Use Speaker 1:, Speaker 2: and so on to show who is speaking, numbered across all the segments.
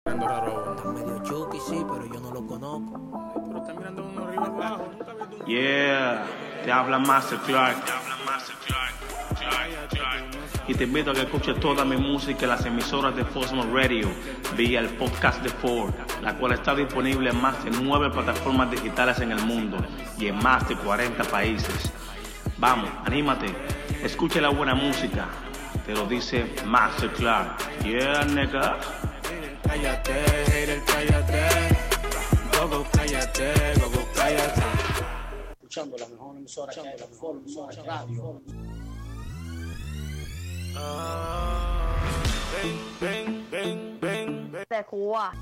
Speaker 1: mirando raro a uno.
Speaker 2: Está medio chucky, sí, pero yo no lo conozco.
Speaker 1: Ay, Pero está mirando uno arriba abajo. Nunca he visto un.
Speaker 3: Yeah, te habla Master Clark. Y te invito a que escuches toda mi música en las emisoras de Fosmo Radio vía el podcast de Ford, la cual está disponible en más de nueve plataformas digitales en el mundo y en más de 40 países. Vamos, anímate, escucha la buena música. Te lo dice Master Clark. Yeah, nigga.
Speaker 1: Cállate, hater, cállate. Gogo, cállate, gogo, cállate.
Speaker 4: escuchando la mejor emisora que hay, la mejor emisora que hay, radio.
Speaker 1: Ven, ven, ven, ven.
Speaker 5: de Cuba.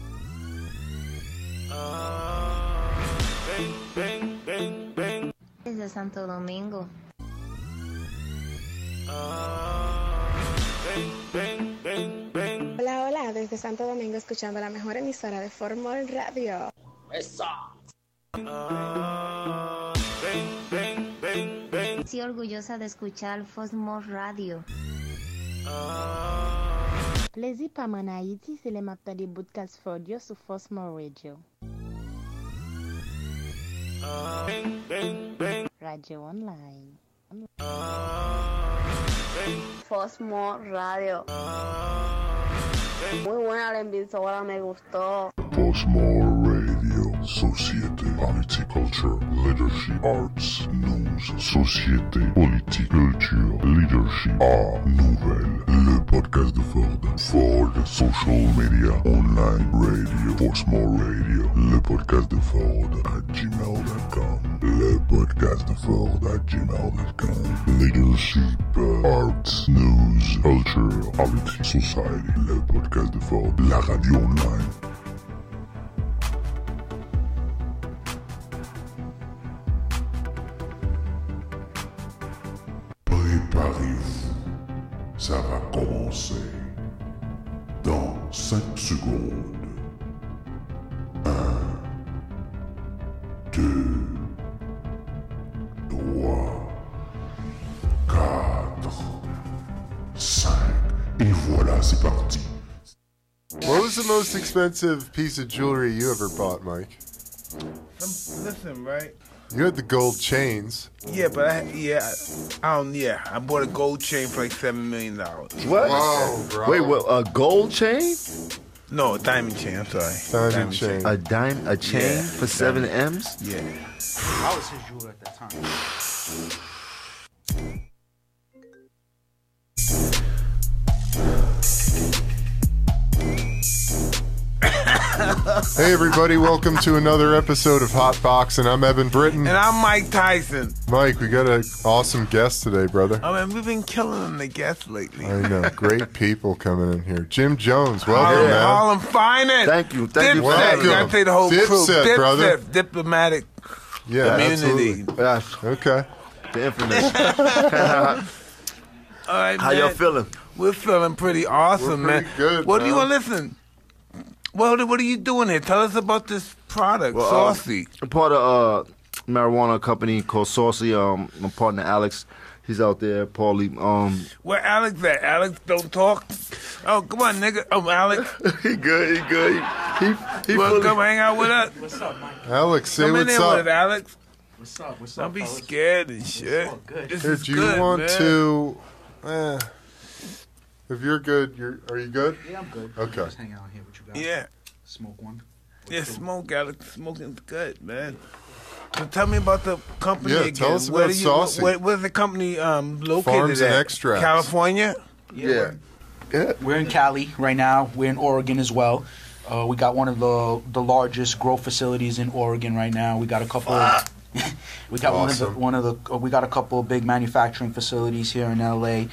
Speaker 1: Ven, ven, ven, ven.
Speaker 5: Desde Santo Domingo.
Speaker 1: Ven, ven, ven.
Speaker 6: Hola, hola, desde Santo Domingo escuchando la mejor emisora de Formol Radio.
Speaker 4: ¡Esa!
Speaker 1: Ven, ven, ven, ven.
Speaker 5: Estoy orgullosa de escuchar Fosmos Radio.
Speaker 7: Plaisir pas en Haïti, c'est les matins des podcasts Fodio sur Fosmo Radio.
Speaker 1: Ven, ven, ven.
Speaker 7: Radio Online.
Speaker 5: Fosmo Radio. Muy buena la emisora, me gustó.
Speaker 8: Postmore Radio, Societe, Politiculture, Leadership, Arts, News, Société, Politique, Culture, Leadership, Art, Nouvelle, le podcast de Ford, Ford Social Media, Online Radio, Postmore Radio, le podcast de Ford à gmail.com, le podcast de Ford à gmail.com, Leadership, Arts, News, Culture, Politics, Society, le podcast de Ford, la radio online. Préparez-vous, ça va commencer dans 5 secondes. 1, 2, 3, 4, 5. Et voilà, c'est parti.
Speaker 9: What was the most expensive piece of jewelry you ever bought, Mike?
Speaker 10: Some- Um, Listen, right?
Speaker 9: You had the gold chains.
Speaker 10: Yeah, but I yeah, I, I don't yeah. I bought a gold chain for like seven million dollars.
Speaker 11: What?
Speaker 9: Whoa, bro.
Speaker 11: Wait, what? A gold chain?
Speaker 10: No, a diamond chain. I'm sorry.
Speaker 9: Diamond chain.
Speaker 11: A dime? A chain
Speaker 10: Yeah,
Speaker 11: for seven M's?
Speaker 10: Yeah.
Speaker 4: I was his jeweler at that time.
Speaker 9: Hey, everybody, welcome to another episode of Hot Box, and I'm Evan Britton.
Speaker 10: And I'm Mike Tyson.
Speaker 9: Mike, we got an awesome guest today, brother.
Speaker 10: I mean, we've been killing them the guests lately.
Speaker 9: I know, great people coming in here. Jim Jones, welcome,
Speaker 10: Harlem,
Speaker 9: man.
Speaker 10: Harlem Finance.
Speaker 11: Thank you, thank you for
Speaker 10: Dipset.
Speaker 9: having
Speaker 10: You gotta
Speaker 9: me.
Speaker 10: play the whole crew.
Speaker 9: Dipset, brother.
Speaker 10: Diplomatic
Speaker 9: Yeah,
Speaker 10: community.
Speaker 9: absolutely.
Speaker 11: Yeah,
Speaker 9: Okay.
Speaker 11: the infamous.
Speaker 10: All right,
Speaker 11: How y'all
Speaker 10: man.
Speaker 11: feeling?
Speaker 10: We're feeling pretty awesome,
Speaker 9: We're pretty
Speaker 10: man.
Speaker 9: good,
Speaker 10: what do you
Speaker 9: man.
Speaker 10: want? Listen. Well, what are you doing here? Tell us about this product,
Speaker 11: Well, uh,
Speaker 10: Saucy.
Speaker 11: I'm part of a marijuana company called Saucy. Um, my partner Alex, he's out there. Paulie, um,
Speaker 10: Where Alex at? Alex, don't talk. Oh, come on, nigga. Oh, Alex,
Speaker 11: he good, he good. He, he, he
Speaker 10: well,
Speaker 11: fully-
Speaker 10: come hang out with us.
Speaker 4: What's up, Mike?
Speaker 9: Alex, say
Speaker 10: Come in
Speaker 9: what's
Speaker 10: there
Speaker 9: up.
Speaker 10: with us, Alex.
Speaker 4: What's up? What's
Speaker 10: Don't
Speaker 4: up?
Speaker 10: be
Speaker 4: fellas?
Speaker 10: scared and shit.
Speaker 4: all good.
Speaker 10: This
Speaker 9: Here,
Speaker 10: is
Speaker 9: do you
Speaker 10: good,
Speaker 9: want
Speaker 10: man.
Speaker 9: to? Eh, if you're good, you're. Are you good?
Speaker 4: Yeah, I'm good.
Speaker 9: Okay.
Speaker 4: Just hang out here with you guys.
Speaker 10: Yeah,
Speaker 4: Smoke one.
Speaker 10: yeah. Smoke, Alex. Smoking's good, man. So tell me about the company
Speaker 9: Yeah,
Speaker 10: again.
Speaker 9: tell us
Speaker 10: Where
Speaker 9: about
Speaker 10: do
Speaker 9: Saucy.
Speaker 10: Where, where's the company um, located
Speaker 9: Farms and
Speaker 10: at?
Speaker 9: Extracts.
Speaker 10: California.
Speaker 11: Yeah. Yeah.
Speaker 4: We're in Cali right now. We're in Oregon as well. Uh, we got one of the the largest grow facilities in Oregon right now. We got a couple. Of, we got
Speaker 9: Awesome.
Speaker 4: one of the one of the. uh, we got a couple of big manufacturing facilities here in LA.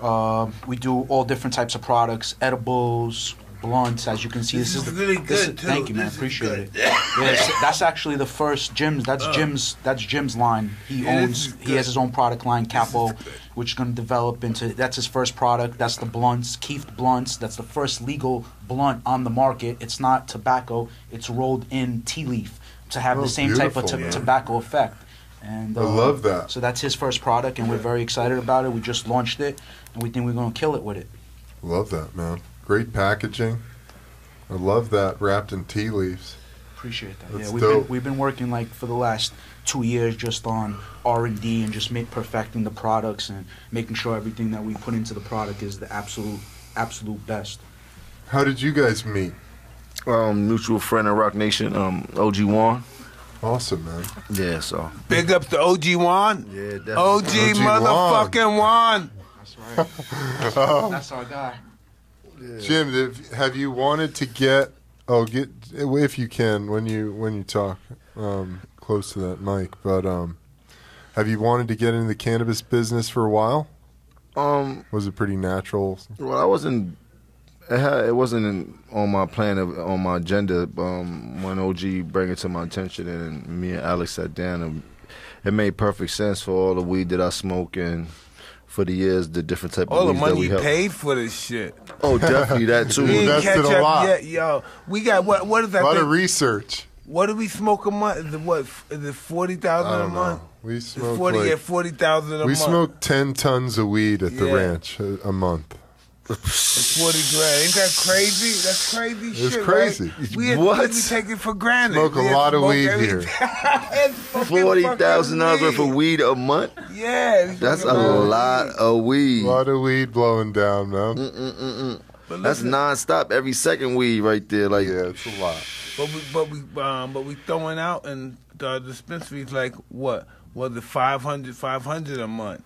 Speaker 4: Uh, we do all different types of products, edibles, blunts. As you can see, this,
Speaker 10: This
Speaker 4: the-
Speaker 10: is really
Speaker 4: this
Speaker 10: good,
Speaker 4: is- Thank
Speaker 10: too.
Speaker 4: you, man.
Speaker 10: This is
Speaker 4: Appreciate
Speaker 10: good.
Speaker 4: it. Yes, that's actually the first Jim's. That's
Speaker 9: Oh.
Speaker 4: Jim's. That's Jim's line. He
Speaker 10: Yeah, this is
Speaker 4: owns. He has
Speaker 10: good.
Speaker 4: his own product line, Capo, which is going to develop into. That's his first product. That's the blunts, Keith blunts. That's the first legal blunt on the market. It's not tobacco. It's rolled in tea leaf to have
Speaker 9: Oh,
Speaker 4: the same type of
Speaker 9: beautiful,
Speaker 4: to-
Speaker 9: man.
Speaker 4: tobacco effect. And uh,
Speaker 9: I love that.
Speaker 4: So that's his first product, and we're very excited about it. We just launched it, and we think we're going to kill it with it.
Speaker 9: Love that, man. Great packaging. I love that wrapped in tea leaves.
Speaker 4: Appreciate that.
Speaker 9: That's
Speaker 4: yeah, we've
Speaker 9: dope.
Speaker 4: been we've been working like for the last two years just on R and D and just make, perfecting the products and making sure everything that we put into the product is the absolute absolute best.
Speaker 9: How did you guys meet?
Speaker 8: Um, mutual friend of Rock Nation, um, OG One.
Speaker 9: Awesome, man.
Speaker 8: Yeah, so.
Speaker 10: Big up to OG Juan. Yeah,
Speaker 8: definitely.
Speaker 10: OG,
Speaker 8: OG
Speaker 10: motherfucking Juan.
Speaker 9: That's
Speaker 8: Oh.
Speaker 4: That's our guy.
Speaker 9: Jim, if- have you wanted to get? Oh, get if you can when you when you talk um, close to that mic. But um, have you wanted to get into the cannabis business for a while?
Speaker 8: Um,
Speaker 9: was it pretty natural?
Speaker 8: Well, I wasn't. It, had, it wasn't in, on my plan of, on my agenda. Um, when OG bring it to my attention, and me and Alex sat down, and it made perfect sense for all the weed that I smoke and for the years, the different type
Speaker 10: All
Speaker 8: of
Speaker 10: the
Speaker 8: weeds that
Speaker 10: money
Speaker 8: we
Speaker 10: you
Speaker 8: help.
Speaker 10: paid for this shit.
Speaker 8: Oh, definitely that too.
Speaker 10: We didn't catch up yet, yo. We got what? What is that?
Speaker 9: A lot of
Speaker 10: thing?
Speaker 9: research.
Speaker 10: What do we smoke a month? The what? f- The forty
Speaker 9: I
Speaker 10: thousand a
Speaker 9: don't
Speaker 10: month.
Speaker 9: know. We
Speaker 10: The
Speaker 9: smoke
Speaker 10: forty
Speaker 9: like-
Speaker 10: yeah, forty thousand a
Speaker 9: we
Speaker 10: month.
Speaker 9: smoked ten tons of weed at the
Speaker 10: Yeah.
Speaker 9: ranch a, a month.
Speaker 10: It's forty grand. Ain't that crazy? That's crazy
Speaker 9: It's
Speaker 10: shit. right?
Speaker 9: crazy.
Speaker 10: We had,
Speaker 8: What?
Speaker 10: We take it for granted.
Speaker 8: Smoke a
Speaker 10: We had
Speaker 8: lot of
Speaker 10: smoked
Speaker 8: weed
Speaker 10: every-
Speaker 8: here.
Speaker 10: It's fucking
Speaker 8: Forty thousand dollars worth of weed a month.
Speaker 10: fucking- Yeah. it's
Speaker 8: That's a
Speaker 10: fucking crazy.
Speaker 8: lot of weed. A lot
Speaker 9: of weed blowing down, man.
Speaker 8: That's nonstop every second weed right there. Like
Speaker 9: yeah, it's a lot.
Speaker 10: But we, but we, um, but we throwing out and the dispensaries like what? Was it 500, 500 a month?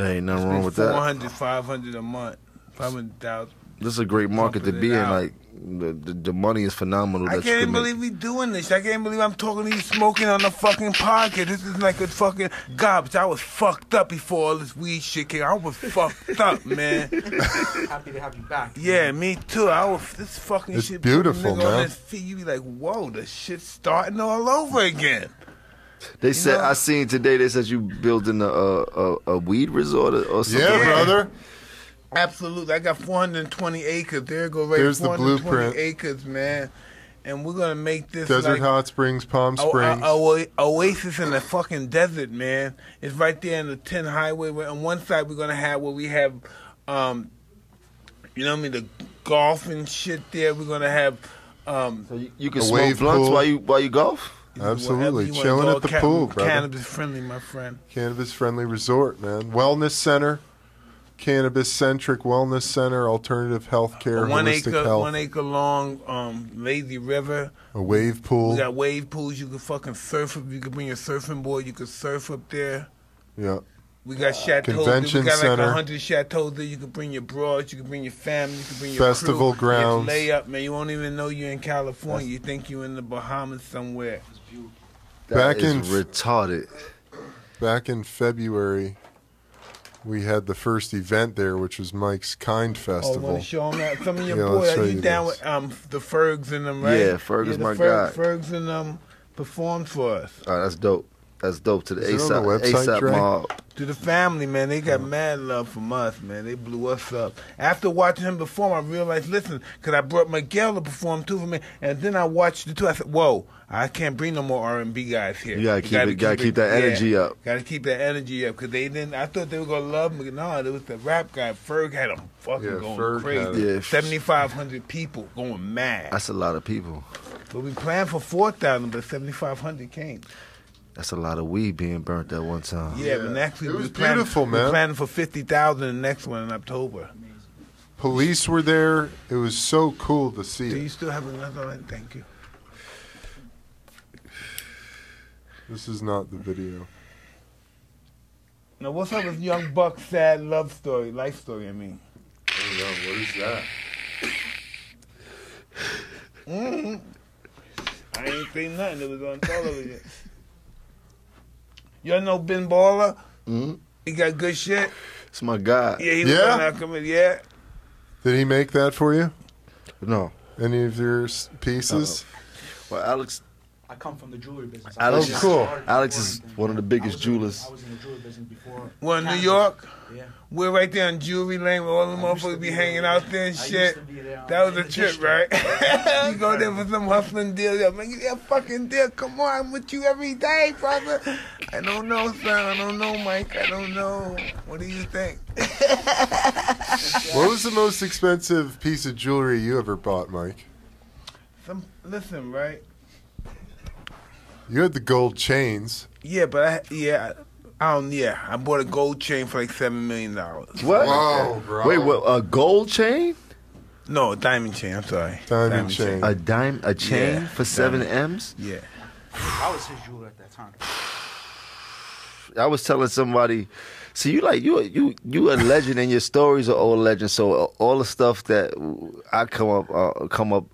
Speaker 8: Ain't nothing wrong with that.
Speaker 10: 400, 500 a month, five hundred thousand.
Speaker 8: This is a great market to
Speaker 10: Pumping it
Speaker 8: be in.
Speaker 10: out.
Speaker 8: Like the, the the money is phenomenal.
Speaker 10: I
Speaker 8: that you
Speaker 10: can't
Speaker 8: can make.
Speaker 10: believe we doing this. I can't believe I'm talking to you smoking on the fucking podcast. This is like a fucking garbage. I was fucked up before all this weed shit came. I was fucked up, man.
Speaker 4: Happy to have you back.
Speaker 10: Yeah, me too. I was this fucking
Speaker 9: It's
Speaker 10: shit.
Speaker 9: beautiful,
Speaker 10: put a nigga on
Speaker 9: man.
Speaker 10: his Feet, you be like, whoa, the shit's starting all over again.
Speaker 8: They said I seen today. They said you building a a, a, a weed resort or, or something.
Speaker 9: Yeah,
Speaker 8: like
Speaker 9: brother.
Speaker 10: Absolutely. I got 420 acres. There go right
Speaker 9: There's the
Speaker 10: 420
Speaker 9: blueprint.
Speaker 10: acres, man. And we're going to make this
Speaker 9: Desert
Speaker 10: like
Speaker 9: Hot Springs, Palm
Speaker 10: o-
Speaker 9: Springs.
Speaker 10: o- o- oasis in the fucking desert, man. It's right there in the 10 highway. Where on one side, we're going to have where we have, um, you know what I mean, the golf and shit there. We're going to have. Um,
Speaker 8: so you can smoke blunts while you while you golf.
Speaker 9: Absolutely, chilling at the pool, brother.
Speaker 10: Cannabis friendly, my friend.
Speaker 9: Cannabis friendly resort, man. Wellness center, cannabis centric wellness center, alternative health care,
Speaker 10: A one
Speaker 9: holistic
Speaker 10: acre,
Speaker 9: health,
Speaker 10: one acre long um, lazy river.
Speaker 9: a wave pool.
Speaker 10: We got wave pools. You can fucking surf. up. You can bring your surfing board. You can surf up there.
Speaker 9: Yeah.
Speaker 10: We got chateaus.
Speaker 9: Uh, Convention
Speaker 10: we got
Speaker 9: center.
Speaker 10: like hundred chateaus there. You can bring your broads. You can bring your family. You can bring your
Speaker 9: Festival
Speaker 10: crew. You can
Speaker 9: grounds.
Speaker 10: Lay up, man. You won't even know you're in California. you think you're in the Bahamas somewhere. Oh,
Speaker 8: That
Speaker 9: Back
Speaker 8: is
Speaker 9: in
Speaker 8: retarded.
Speaker 9: Back in February, we had the first event there, which was Mike's Kind
Speaker 10: Oh, want
Speaker 9: Festival.
Speaker 10: to show 'em that? Some of your
Speaker 9: Yeah, let's
Speaker 10: boys,
Speaker 9: show
Speaker 10: are you
Speaker 9: you
Speaker 10: down
Speaker 9: this.
Speaker 10: with um the Fergs and them, right?
Speaker 8: Yeah, Ferg is
Speaker 10: the
Speaker 8: my
Speaker 10: Ferg-
Speaker 8: guy.
Speaker 10: Fergs and them performed for us.
Speaker 8: Oh, that's dope. That's dope to the
Speaker 10: Is it
Speaker 8: ASAP
Speaker 10: on the website,
Speaker 8: ASAP
Speaker 10: Dre?
Speaker 8: mob.
Speaker 10: To the family, man, they got mad love from us, man. They blew us up. After watching him perform, I realized, listen, because I brought Miguel to perform too for me, and then I watched the two. I said, whoa, I can't bring no more R and B guys here.
Speaker 8: You gotta
Speaker 10: We
Speaker 8: keep it- gotta keep that energy up.
Speaker 10: Gotta keep that energy up because they didn't. I thought they were gonna love Miguel. No, it was the rap guy. Ferg had them fucking
Speaker 8: Yeah,
Speaker 10: going
Speaker 8: Ferg had
Speaker 10: crazy.
Speaker 8: it. Yeah.
Speaker 10: Seventy five hundred people going mad.
Speaker 8: That's a lot of people.
Speaker 10: But we planned for four thousand, but seventy five hundred came.
Speaker 8: That's a lot of weed being burnt at one time.
Speaker 10: Yeah, but actually,
Speaker 9: It
Speaker 10: we
Speaker 9: was
Speaker 10: planning-
Speaker 9: beautiful, man.
Speaker 10: We're planning for fifty thousand the next one in October.
Speaker 9: Police were there. It was so cool to see.
Speaker 10: Do
Speaker 9: it.
Speaker 10: you still have another one? Thank you.
Speaker 9: This is not the video.
Speaker 10: Now, what's up with Young Buck's sad love story, life story? I mean,
Speaker 9: What is that?
Speaker 10: mm I ain't seen nothing. It was on television. Y'all know Ben Baller?
Speaker 9: Mm-hmm.
Speaker 8: Mhm.
Speaker 10: He got good shit.
Speaker 8: It's my God.
Speaker 10: Yeah, he was on our committee. Yeah.
Speaker 9: Did he make that for you?
Speaker 8: No.
Speaker 9: Any of your s- pieces?
Speaker 8: Well, Alex.
Speaker 4: I come from the jewelry business.
Speaker 8: Alex
Speaker 9: Oh,
Speaker 8: is,
Speaker 9: cool.
Speaker 8: Alex is one of the biggest jewelers.
Speaker 10: Well, in New York.
Speaker 4: Yeah.
Speaker 10: We're right there in Jewelry Lane where all the motherfuckers be hanging out there and shit. That was a trip, right? you go there for some hustling deal. Yo, man, give me a fucking deal. Come on, I'm with you every day, brother. I don't know, son. I don't know, Mike. I don't know. What do you think?
Speaker 9: What was the most expensive piece of jewelry you ever bought, Mike?
Speaker 10: Some listen, right?
Speaker 9: You had the gold chains.
Speaker 10: Yeah, but I yeah, I, I don't yeah. I bought a gold chain for like seven million dollars.
Speaker 8: What? Whoa, bro. Wait, what, a gold chain?
Speaker 10: No, a diamond chain. I'm sorry.
Speaker 9: Diamond chain.
Speaker 8: A dime, a chain
Speaker 10: Yeah,
Speaker 8: for seven
Speaker 10: diamond.
Speaker 8: m's.
Speaker 10: Yeah.
Speaker 4: I was his jeweler at that time.
Speaker 8: I was telling somebody, see, you like you you you a legend, and your stories are all legends. So all the stuff that I come up uh, come up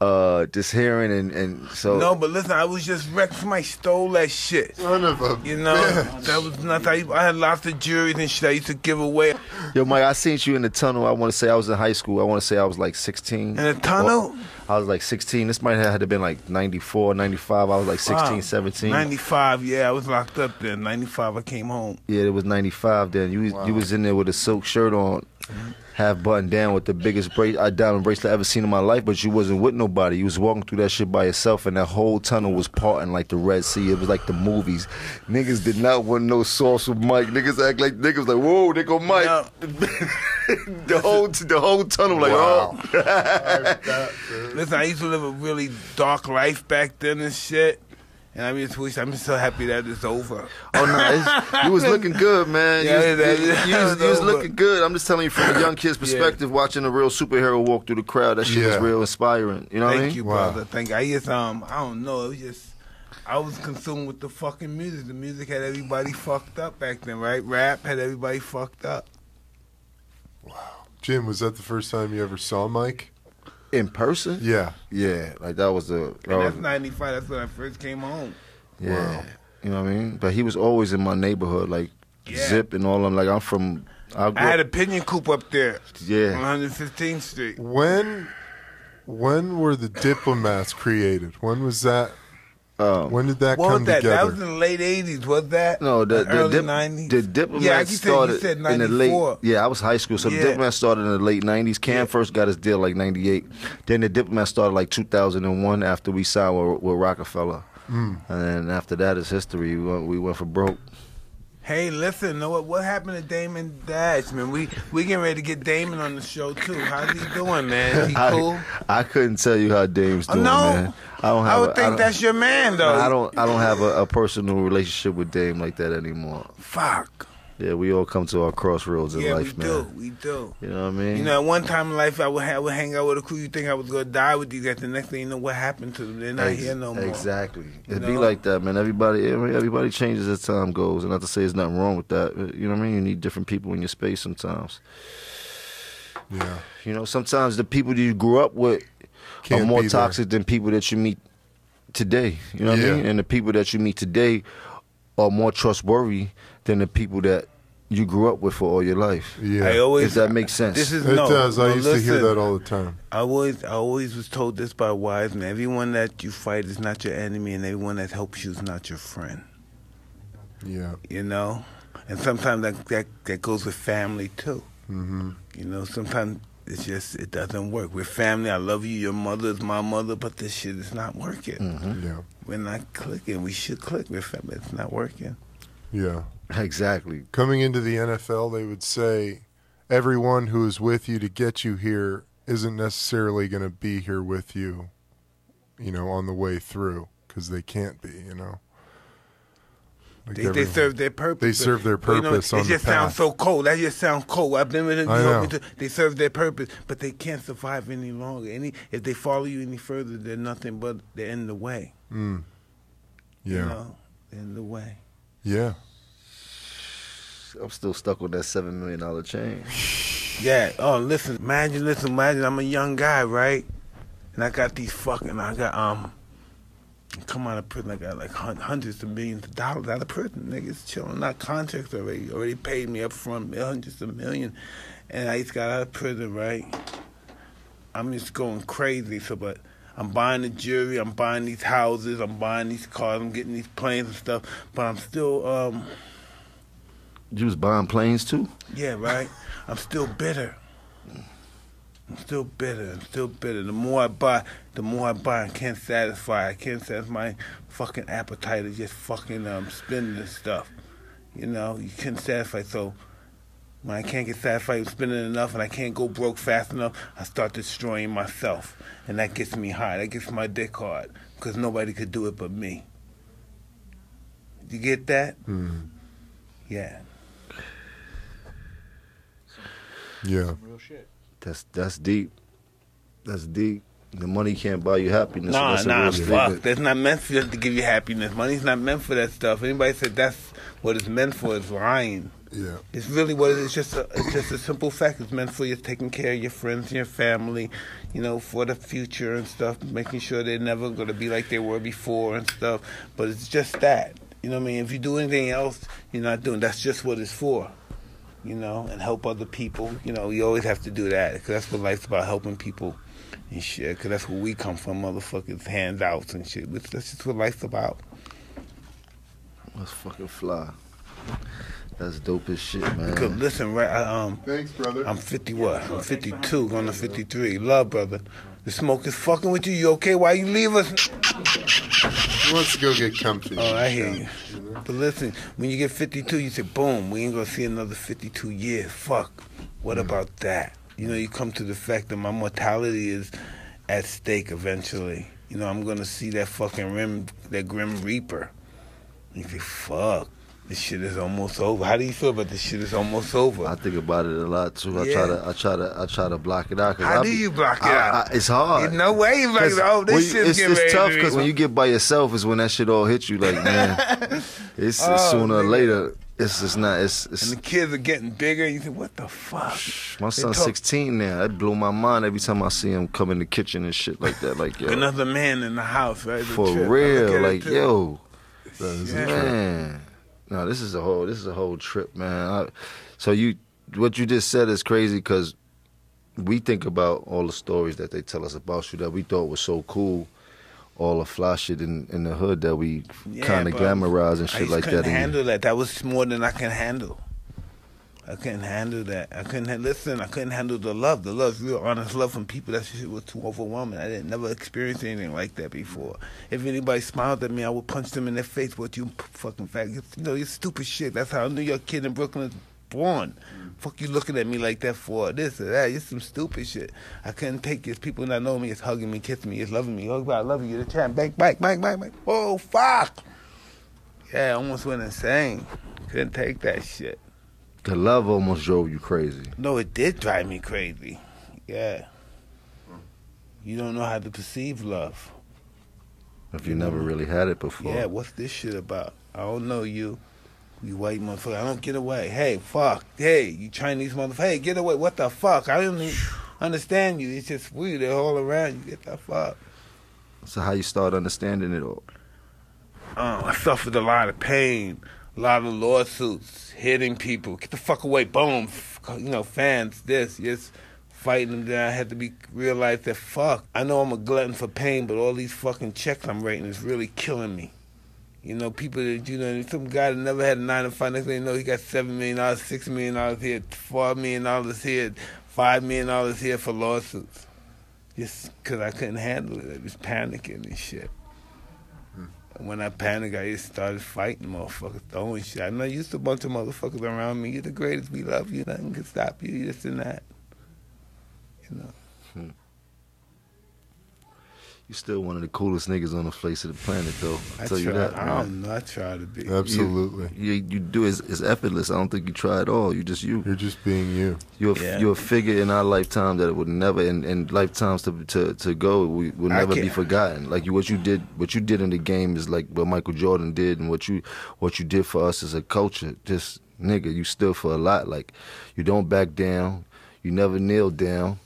Speaker 8: uh just hearing and and so
Speaker 10: no, but listen, I was just wrecked. Somebody stole that shit.
Speaker 9: Son of a
Speaker 10: You know, that was nothing. I, I had lots of jewelry and shit I used to give away.
Speaker 8: Yo, Mike, I seen you in the tunnel. I want to say I was in high school. I want to say I was like 16. In
Speaker 10: the tunnel?
Speaker 8: I was like 16. This might have had to been like 94, 95. I was like 16,
Speaker 10: Wow.
Speaker 8: 17.
Speaker 10: 95, Ah, yeah, I was locked up then. 95, I came home.
Speaker 8: Yeah, it was 95 then. You was-
Speaker 10: Wow.
Speaker 8: you was in there with a silk shirt on, half buttoned down with the biggest brace, uh, diamond bracelet I ever seen in my life, but you wasn't with nobody. You was walking through that shit by yourself, and that whole tunnel was parting like the Red Sea. It was like the movies. Niggas did not want no sauce with Mike. Niggas act like niggas like, whoa, they go Mike. the whole the whole tunnel like,
Speaker 10: Wow.
Speaker 8: oh.
Speaker 10: Listen, I used to live a really dark life back then and shit. And I just wish, I'm so happy that it's over.
Speaker 8: Oh no, it's, you was looking good, man. You,
Speaker 10: Yeah,
Speaker 8: was-
Speaker 10: that-
Speaker 8: you- you
Speaker 10: that
Speaker 8: was,
Speaker 10: was
Speaker 8: you was
Speaker 10: over.
Speaker 8: looking good. I'm just telling you from a young kid's perspective, watching a real superhero walk through the crowd. That shit was
Speaker 10: Yeah.
Speaker 8: real inspiring. You know
Speaker 10: Thank
Speaker 8: what I mean?
Speaker 10: you, brother. Thank you. I just, um, I don't know. It was just, I was consumed with the fucking music. The music had everybody fucked up back then, right? Rap had everybody fucked up.
Speaker 9: Jim, was that the first time you ever saw Mike?
Speaker 8: In person?
Speaker 9: Yeah.
Speaker 8: Yeah, like that was uh, the. that
Speaker 10: And
Speaker 8: was-
Speaker 10: that's 95, that's when I first came home.
Speaker 8: yeah, you know what I mean. But he was always in my neighborhood, like Zip and all them. Like I'm from. I, grew
Speaker 10: I had
Speaker 8: up-
Speaker 10: a pinion coop up there.
Speaker 8: Yeah.
Speaker 10: On 115th Street.
Speaker 9: When when were the diplomats created? When was that?
Speaker 8: Um,
Speaker 9: when did that
Speaker 10: What
Speaker 9: come
Speaker 10: was that?
Speaker 9: together?
Speaker 10: That was in the late 80s, was that?
Speaker 8: No, the,
Speaker 10: Or
Speaker 8: the,
Speaker 10: early
Speaker 8: dip,
Speaker 10: 90s.
Speaker 8: the diplomat
Speaker 10: yeah, I keep saying
Speaker 8: started
Speaker 10: you said
Speaker 8: in the late.
Speaker 10: 94.
Speaker 8: Yeah, I was high school, so
Speaker 10: Yeah.
Speaker 8: the diplomat started in the late '90s. Cam first got his deal like '98. Then the diplomat started like 2001 after we signed with, with Rockefeller,
Speaker 10: Mm.
Speaker 8: and then after that is history. We went, we went for broke.
Speaker 10: Hey, listen, know what what happened to Damon Dash, man? We we getting ready to get Damon on the show too. How's he doing, man? Is he cool?
Speaker 8: I, I couldn't tell you how Dame's doing,
Speaker 10: no.
Speaker 8: man. I don't have.
Speaker 10: I
Speaker 8: a-
Speaker 10: would think
Speaker 8: don't-
Speaker 10: that's your man though.
Speaker 8: I don't. I don't have a, a personal relationship with Dame like that anymore.
Speaker 10: Fuck.
Speaker 8: Yeah, we all come to our crossroads in
Speaker 10: Yeah,
Speaker 8: life,
Speaker 10: we
Speaker 8: man.
Speaker 10: do. We do.
Speaker 8: You know what I mean?
Speaker 10: You know, at one time in life, I would, ha- I would hang out with a crew. You think I was gonna die with these guys? The next thing you know, what happened to them? They're not
Speaker 8: Ex-
Speaker 10: here no more.
Speaker 8: Exactly.
Speaker 10: You
Speaker 8: It be
Speaker 10: know?
Speaker 8: like that, man. Everybody, every- everybody changes as time goes, and not to say there's nothing wrong with that. but You know what I mean? You need different people in your space sometimes.
Speaker 9: Yeah.
Speaker 8: You know, sometimes the people that you grew up with are
Speaker 9: Can't
Speaker 8: more
Speaker 9: be there.
Speaker 8: toxic than people that you meet today. You know what
Speaker 9: Yeah.
Speaker 8: I mean? And the people that you meet today are more trustworthy than the people that you grew up with for all your life.
Speaker 9: Yeah.
Speaker 10: I always-
Speaker 8: if that makes sense.
Speaker 10: This is
Speaker 9: It
Speaker 10: no,
Speaker 9: does. I
Speaker 10: no,
Speaker 9: used to hear
Speaker 10: listen.
Speaker 9: that all the time.
Speaker 10: I always, I always was told this by wise men. Everyone that you fight is not your enemy, and everyone that helps you is not your friend.
Speaker 9: Yeah.
Speaker 10: You know, and sometimes that that, that goes with family too.
Speaker 9: hmm
Speaker 10: You know, sometimes it's just it doesn't work. We're family. I love you. Your mother is my mother, but this shit is not working.
Speaker 8: Mm-hmm.
Speaker 9: Yeah.
Speaker 10: We're not clicking. We should click. We're family. It's not working.
Speaker 9: Yeah.
Speaker 8: Exactly.
Speaker 9: Coming into the NFL, they would say everyone who is with you to get you here isn't necessarily going to be here with you, you know, on the way through because they can't be, you know. Like
Speaker 10: They, they
Speaker 9: everyone-
Speaker 10: serve their purpose.
Speaker 9: They serve their
Speaker 10: But, you know,
Speaker 9: purpose on
Speaker 10: It
Speaker 9: the
Speaker 10: just sounds
Speaker 9: path.
Speaker 10: so cold. That just sounds cold. I've been with them.
Speaker 9: I
Speaker 10: you know,
Speaker 9: know.
Speaker 10: with the- They serve their purpose, but they can't survive any longer. Any if they follow you any further, they're nothing but they're in the way.
Speaker 9: Mm. Yeah.
Speaker 10: You know, they're in the way.
Speaker 9: Yeah.
Speaker 8: I'm still stuck with that seven million dollar chain.
Speaker 10: Yeah. Oh, listen. Imagine. Listen. Imagine. I'm a young guy, right? And I got these fucking. I got um. Come out of prison. I got like hun- hundreds of millions of dollars out of prison. Niggas chilling. Not contracts already. Already paid me up front hundreds of million, and I just got out of prison, right? I'm just going crazy. So, but I'm buying the jewelry. I'm buying these houses. I'm buying these cars. I'm getting these planes and stuff. But I'm still um.
Speaker 8: You was buying planes too?
Speaker 10: Yeah, right. I'm still bitter. I'm still bitter. I'm still bitter. The more I buy, the more I buy. I can't satisfy. I can't satisfy my fucking appetite is just fucking um spending this stuff. You know, you can't satisfy. So When I can't get satisfied with spending enough and I can't go broke fast enough, I start destroying myself. And that gets me high. That gets my dick hard. Because nobody could do it but me. You get that?
Speaker 9: Mhm.
Speaker 10: Yeah.
Speaker 9: Yeah.
Speaker 8: That's that's deep. That's deep. The money can't buy you happiness.
Speaker 10: Nah,
Speaker 8: unless it
Speaker 10: nah,
Speaker 8: really
Speaker 10: fuck.
Speaker 8: is.
Speaker 10: That's not meant for to give you happiness. Money's not meant for that stuff. Anybody said that's what it's meant for is lying.
Speaker 9: Yeah.
Speaker 10: It's really what it is. It's just a, it's just a simple fact. It's meant for you taking care of your friends and your family, you know, for the future and stuff, making sure they're never going to be like they were before and stuff. But it's just that. You know what I mean? If you do anything else, you're not doing. That's just what it's for. You know, and help other people. You know, you always have to do that because that's what life's about helping people and shit. Because that's where we come from, motherfuckers, handouts and shit. Which, that's just what life's about.
Speaker 8: That's fucking fly. That's dope as shit,
Speaker 10: Because
Speaker 8: man.
Speaker 10: listen, right? I, um,
Speaker 9: Thanks, brother.
Speaker 10: I'm 50 what? I'm 52, going to 53. Love, brother. The smoke is fucking with you. You okay? Why you leave us?
Speaker 9: He wants to go get comfy.
Speaker 10: Oh, I hear you. But listen, when you get 52, you say, boom, we ain't going to see another 52 years. Fuck.
Speaker 8: Mm.
Speaker 10: What about that? You know, you come to the fact that my mortality is at stake eventually. You know, I'm going to see that fucking rim, that grim reaper. And you say, fuck. This shit is almost over. How do you feel about this shit is almost over?
Speaker 8: I think about it a lot too. I
Speaker 10: Yeah.
Speaker 8: try to, I try to, I try to block it out. 'cause
Speaker 10: How
Speaker 8: I
Speaker 10: do
Speaker 8: be-
Speaker 10: you block it
Speaker 8: I-
Speaker 10: out?
Speaker 8: I- it's hard.
Speaker 10: No way you block
Speaker 8: 'Cause
Speaker 10: it out. Oh,
Speaker 8: when
Speaker 10: this
Speaker 8: you-
Speaker 10: shit's
Speaker 8: it's,
Speaker 10: getting
Speaker 8: it's
Speaker 10: ready to
Speaker 8: tough
Speaker 10: be-
Speaker 8: because when you get by yourself is when that shit all hits you. Like man, it's, it's
Speaker 10: Oh,
Speaker 8: sooner or
Speaker 10: nigga.
Speaker 8: later. It's just not. It's, it's
Speaker 10: and the kids are getting bigger. You think, what the fuck?
Speaker 8: My
Speaker 10: They
Speaker 8: son's
Speaker 10: talk-
Speaker 8: 16 now. That blew my mind every time I see him come in the kitchen and shit like that. Like, yo,
Speaker 10: Another man in the house, right? The
Speaker 8: for
Speaker 10: trip. I look at
Speaker 8: real.
Speaker 10: it
Speaker 8: Like,
Speaker 10: too.
Speaker 8: yo,
Speaker 9: That is a trip.
Speaker 8: man. No, this is a whole. This is a whole trip, man. I, so you, what you just said is crazy because we think about all the stories that they tell us about you that we thought was so cool. All the fly shit in, in the hood that we
Speaker 10: Yeah,
Speaker 8: kind of
Speaker 10: but
Speaker 8: glamorize and
Speaker 10: I
Speaker 8: shit
Speaker 10: just
Speaker 8: like
Speaker 10: couldn't
Speaker 8: that. And,
Speaker 10: handle that. That was more than I can handle. I couldn't handle that. I couldn't ha- listen. I couldn't handle the love. The love, real honest love from people. That shit was too overwhelming. I didn't never experienced anything like that before. If anybody smiled at me, I would punch them in their face. What you p- fucking fag? You know you stupid shit. That's how a New York kid in Brooklyn is born. Fuck you looking at me like that for this or that. You're some stupid shit. I couldn't take it. People not knowing me. It's hugging me, kissing me. It's loving me. Oh, God, I love you. You're the champ. Bang, bang, bang, bang, bang. Oh, fuck. Yeah, I almost went insane. Couldn't take that shit.
Speaker 8: the love almost drove you crazy.
Speaker 10: No, it did drive me crazy. Yeah. You don't know how to perceive love.
Speaker 8: If you never really had it before,
Speaker 10: Yeah, what's this shit about? I don't know you. You white motherfucker. I don't get away. Hey, fuck. Hey, you Chinese motherfucker. Hey, get away. What the fuck? I don't even understand you. It's just weird. They're all around you. Get the fuck.
Speaker 8: so how you start understanding it all?
Speaker 10: Um, I suffered a lot of pain, a lot of lawsuits, hitting people. Get the fuck away, boom. F- You know, fans, this, yes, fighting them down. I had to be realize that fuck. I know I'm a glutton for pain, but all these fucking checks I'm writing is really killing me. You know, people that you know, some guy that never had a nine to five. Next thing you know, he got seven million dollars, six million dollars here, four million dollars here, five million dollars here for lawsuits. Just 'cause I couldn't handle it, I was panicking and shit. When I panicked, I just started fighting motherfuckers, throwing shit. I know you used to a bunch of motherfuckers around me. You're the greatest. We love you. Nothing can stop you. You This and that. You know.
Speaker 8: Hmm. You still one of the coolest niggas on the face of the planet, though. I
Speaker 10: I try.
Speaker 8: tell you that.
Speaker 10: I
Speaker 8: man.
Speaker 10: don't know. I try to be.
Speaker 9: Absolutely.
Speaker 8: You, you do is is effortless. I don't think you try at all. You just you.
Speaker 9: You're just being you.
Speaker 8: You're a,
Speaker 10: Yeah.
Speaker 8: you're a figure in our lifetime that would never and, and lifetimes to, to to go we, will
Speaker 10: I
Speaker 8: never be
Speaker 10: can't-
Speaker 8: forgotten. Like you, what you did, what you did in the game is like what Michael Jordan did, and what you what you did for us as a culture. Just nigga, you stood for a lot. Like you don't back down. You never kneeled down.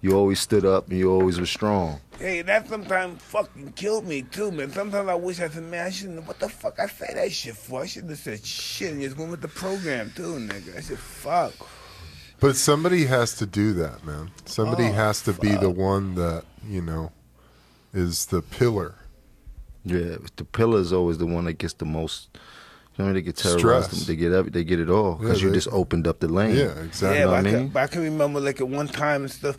Speaker 8: You always stood up, and you always were strong.
Speaker 10: Hey, that sometimes fucking killed me too, man. Sometimes I wish I said, man, I shouldn't. have- What the fuck I say that shit for? I shouldn't have said shit and just went with the program too, nigga. I said, fuck.
Speaker 9: But somebody has to do that, man. Somebody
Speaker 10: Oh,
Speaker 9: has to be the one that, you know, is the pillar.
Speaker 8: Yeah, the pillar is always the one that gets the most. You know, they get terrorized.
Speaker 9: Stress.
Speaker 8: They get every, they get it all because
Speaker 9: Yeah,
Speaker 8: you
Speaker 9: they-
Speaker 8: just opened up the lane.
Speaker 9: Yeah, exactly.
Speaker 10: Yeah, but
Speaker 8: know what
Speaker 10: I,
Speaker 8: I
Speaker 10: can,
Speaker 8: mean?
Speaker 10: but I can remember like at one time and stuff.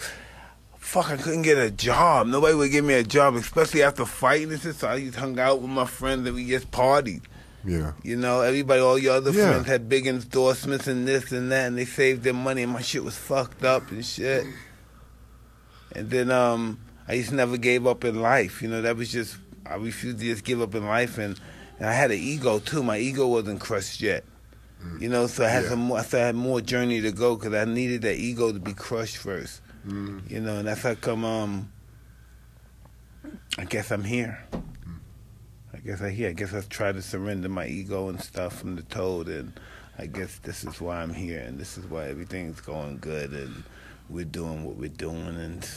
Speaker 10: Fuck, I couldn't get a job. Nobody would give me a job, especially after fighting and shit. So I just hung out with my friends and we just partied.
Speaker 9: Yeah.
Speaker 10: You know, everybody, all your other
Speaker 9: Yeah.
Speaker 10: friends had big endorsements and this and that, and they saved their money, and my shit was fucked up and shit. And then um, I just never gave up in life. You know, that was just I refused to just give up in life, and, and I had an ego too. My ego wasn't crushed yet. You know, so I had
Speaker 9: Mm. Yeah.
Speaker 10: some more. So I had more journey to go because I needed that ego to be crushed first.
Speaker 9: Mm.
Speaker 10: You know, and that's how come um, I guess I'm here. I guess I here. I guess I've tried to surrender my ego and stuff from the toad, and I guess this is why I'm here, and this is why everything's going good, and we're doing what we're doing, and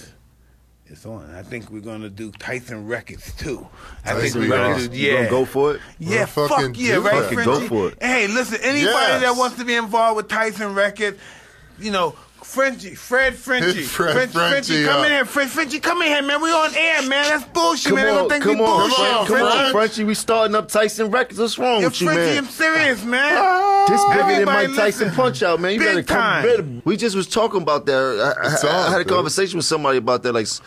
Speaker 10: it's on. I think we're gonna do Tyson Records too. I
Speaker 8: Tyson
Speaker 10: think we're gonna
Speaker 8: Records.
Speaker 10: do
Speaker 8: You gonna
Speaker 10: yeah.
Speaker 8: go for it?
Speaker 10: Yeah,
Speaker 8: We'll
Speaker 10: fuck
Speaker 8: fucking
Speaker 10: yeah,
Speaker 8: do
Speaker 10: right,
Speaker 8: it. Fucking go
Speaker 10: Frenchie?
Speaker 8: for it.
Speaker 10: Hey, listen, anybody
Speaker 8: Yes.
Speaker 10: that wants to be involved with Tyson Records, you know. Frenchie, Fred Frenchie.
Speaker 9: Hit Fred
Speaker 10: Frenchie,
Speaker 9: Frenchie
Speaker 10: come
Speaker 9: up.
Speaker 10: in here. Fred Frenchie, come in here, man. We on air, man. That's bullshit,
Speaker 8: Come
Speaker 10: man. They
Speaker 8: on,
Speaker 10: gonna think
Speaker 8: come
Speaker 10: we
Speaker 8: on,
Speaker 10: bullshit.
Speaker 8: French, come
Speaker 10: Frenchie.
Speaker 8: on, Frenchie. We starting up Tyson Records. What's wrong
Speaker 10: Yo,
Speaker 8: with you,
Speaker 10: Frenchie,
Speaker 8: man?
Speaker 10: I'm serious, man.
Speaker 8: This bigger than
Speaker 10: Everybody
Speaker 8: Mike Tyson
Speaker 10: listen.
Speaker 8: punch out, man. You
Speaker 10: Big
Speaker 8: gotta come.
Speaker 10: time.
Speaker 8: better- We just was talking about that. I, I-
Speaker 9: It's
Speaker 8: I- I
Speaker 9: on,
Speaker 8: had a
Speaker 9: dude.
Speaker 8: conversation with somebody about that, like s-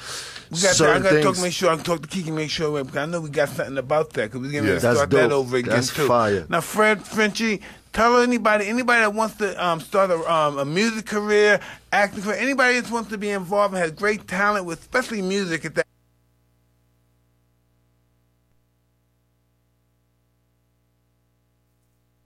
Speaker 10: We got to, I
Speaker 8: certain
Speaker 10: got to talk,
Speaker 8: things.
Speaker 10: make sure I can talk to Kiki, make sure because I know we got something about that because we're gonna
Speaker 8: Yeah. That's
Speaker 10: start that
Speaker 8: dope.
Speaker 10: over again
Speaker 8: That's
Speaker 10: too.
Speaker 8: fire.
Speaker 10: Now, Fred Frenchie, tell anybody, anybody that wants to um, start a, um, a music career, acting career, anybody that wants to be involved and has great talent with, especially music, at that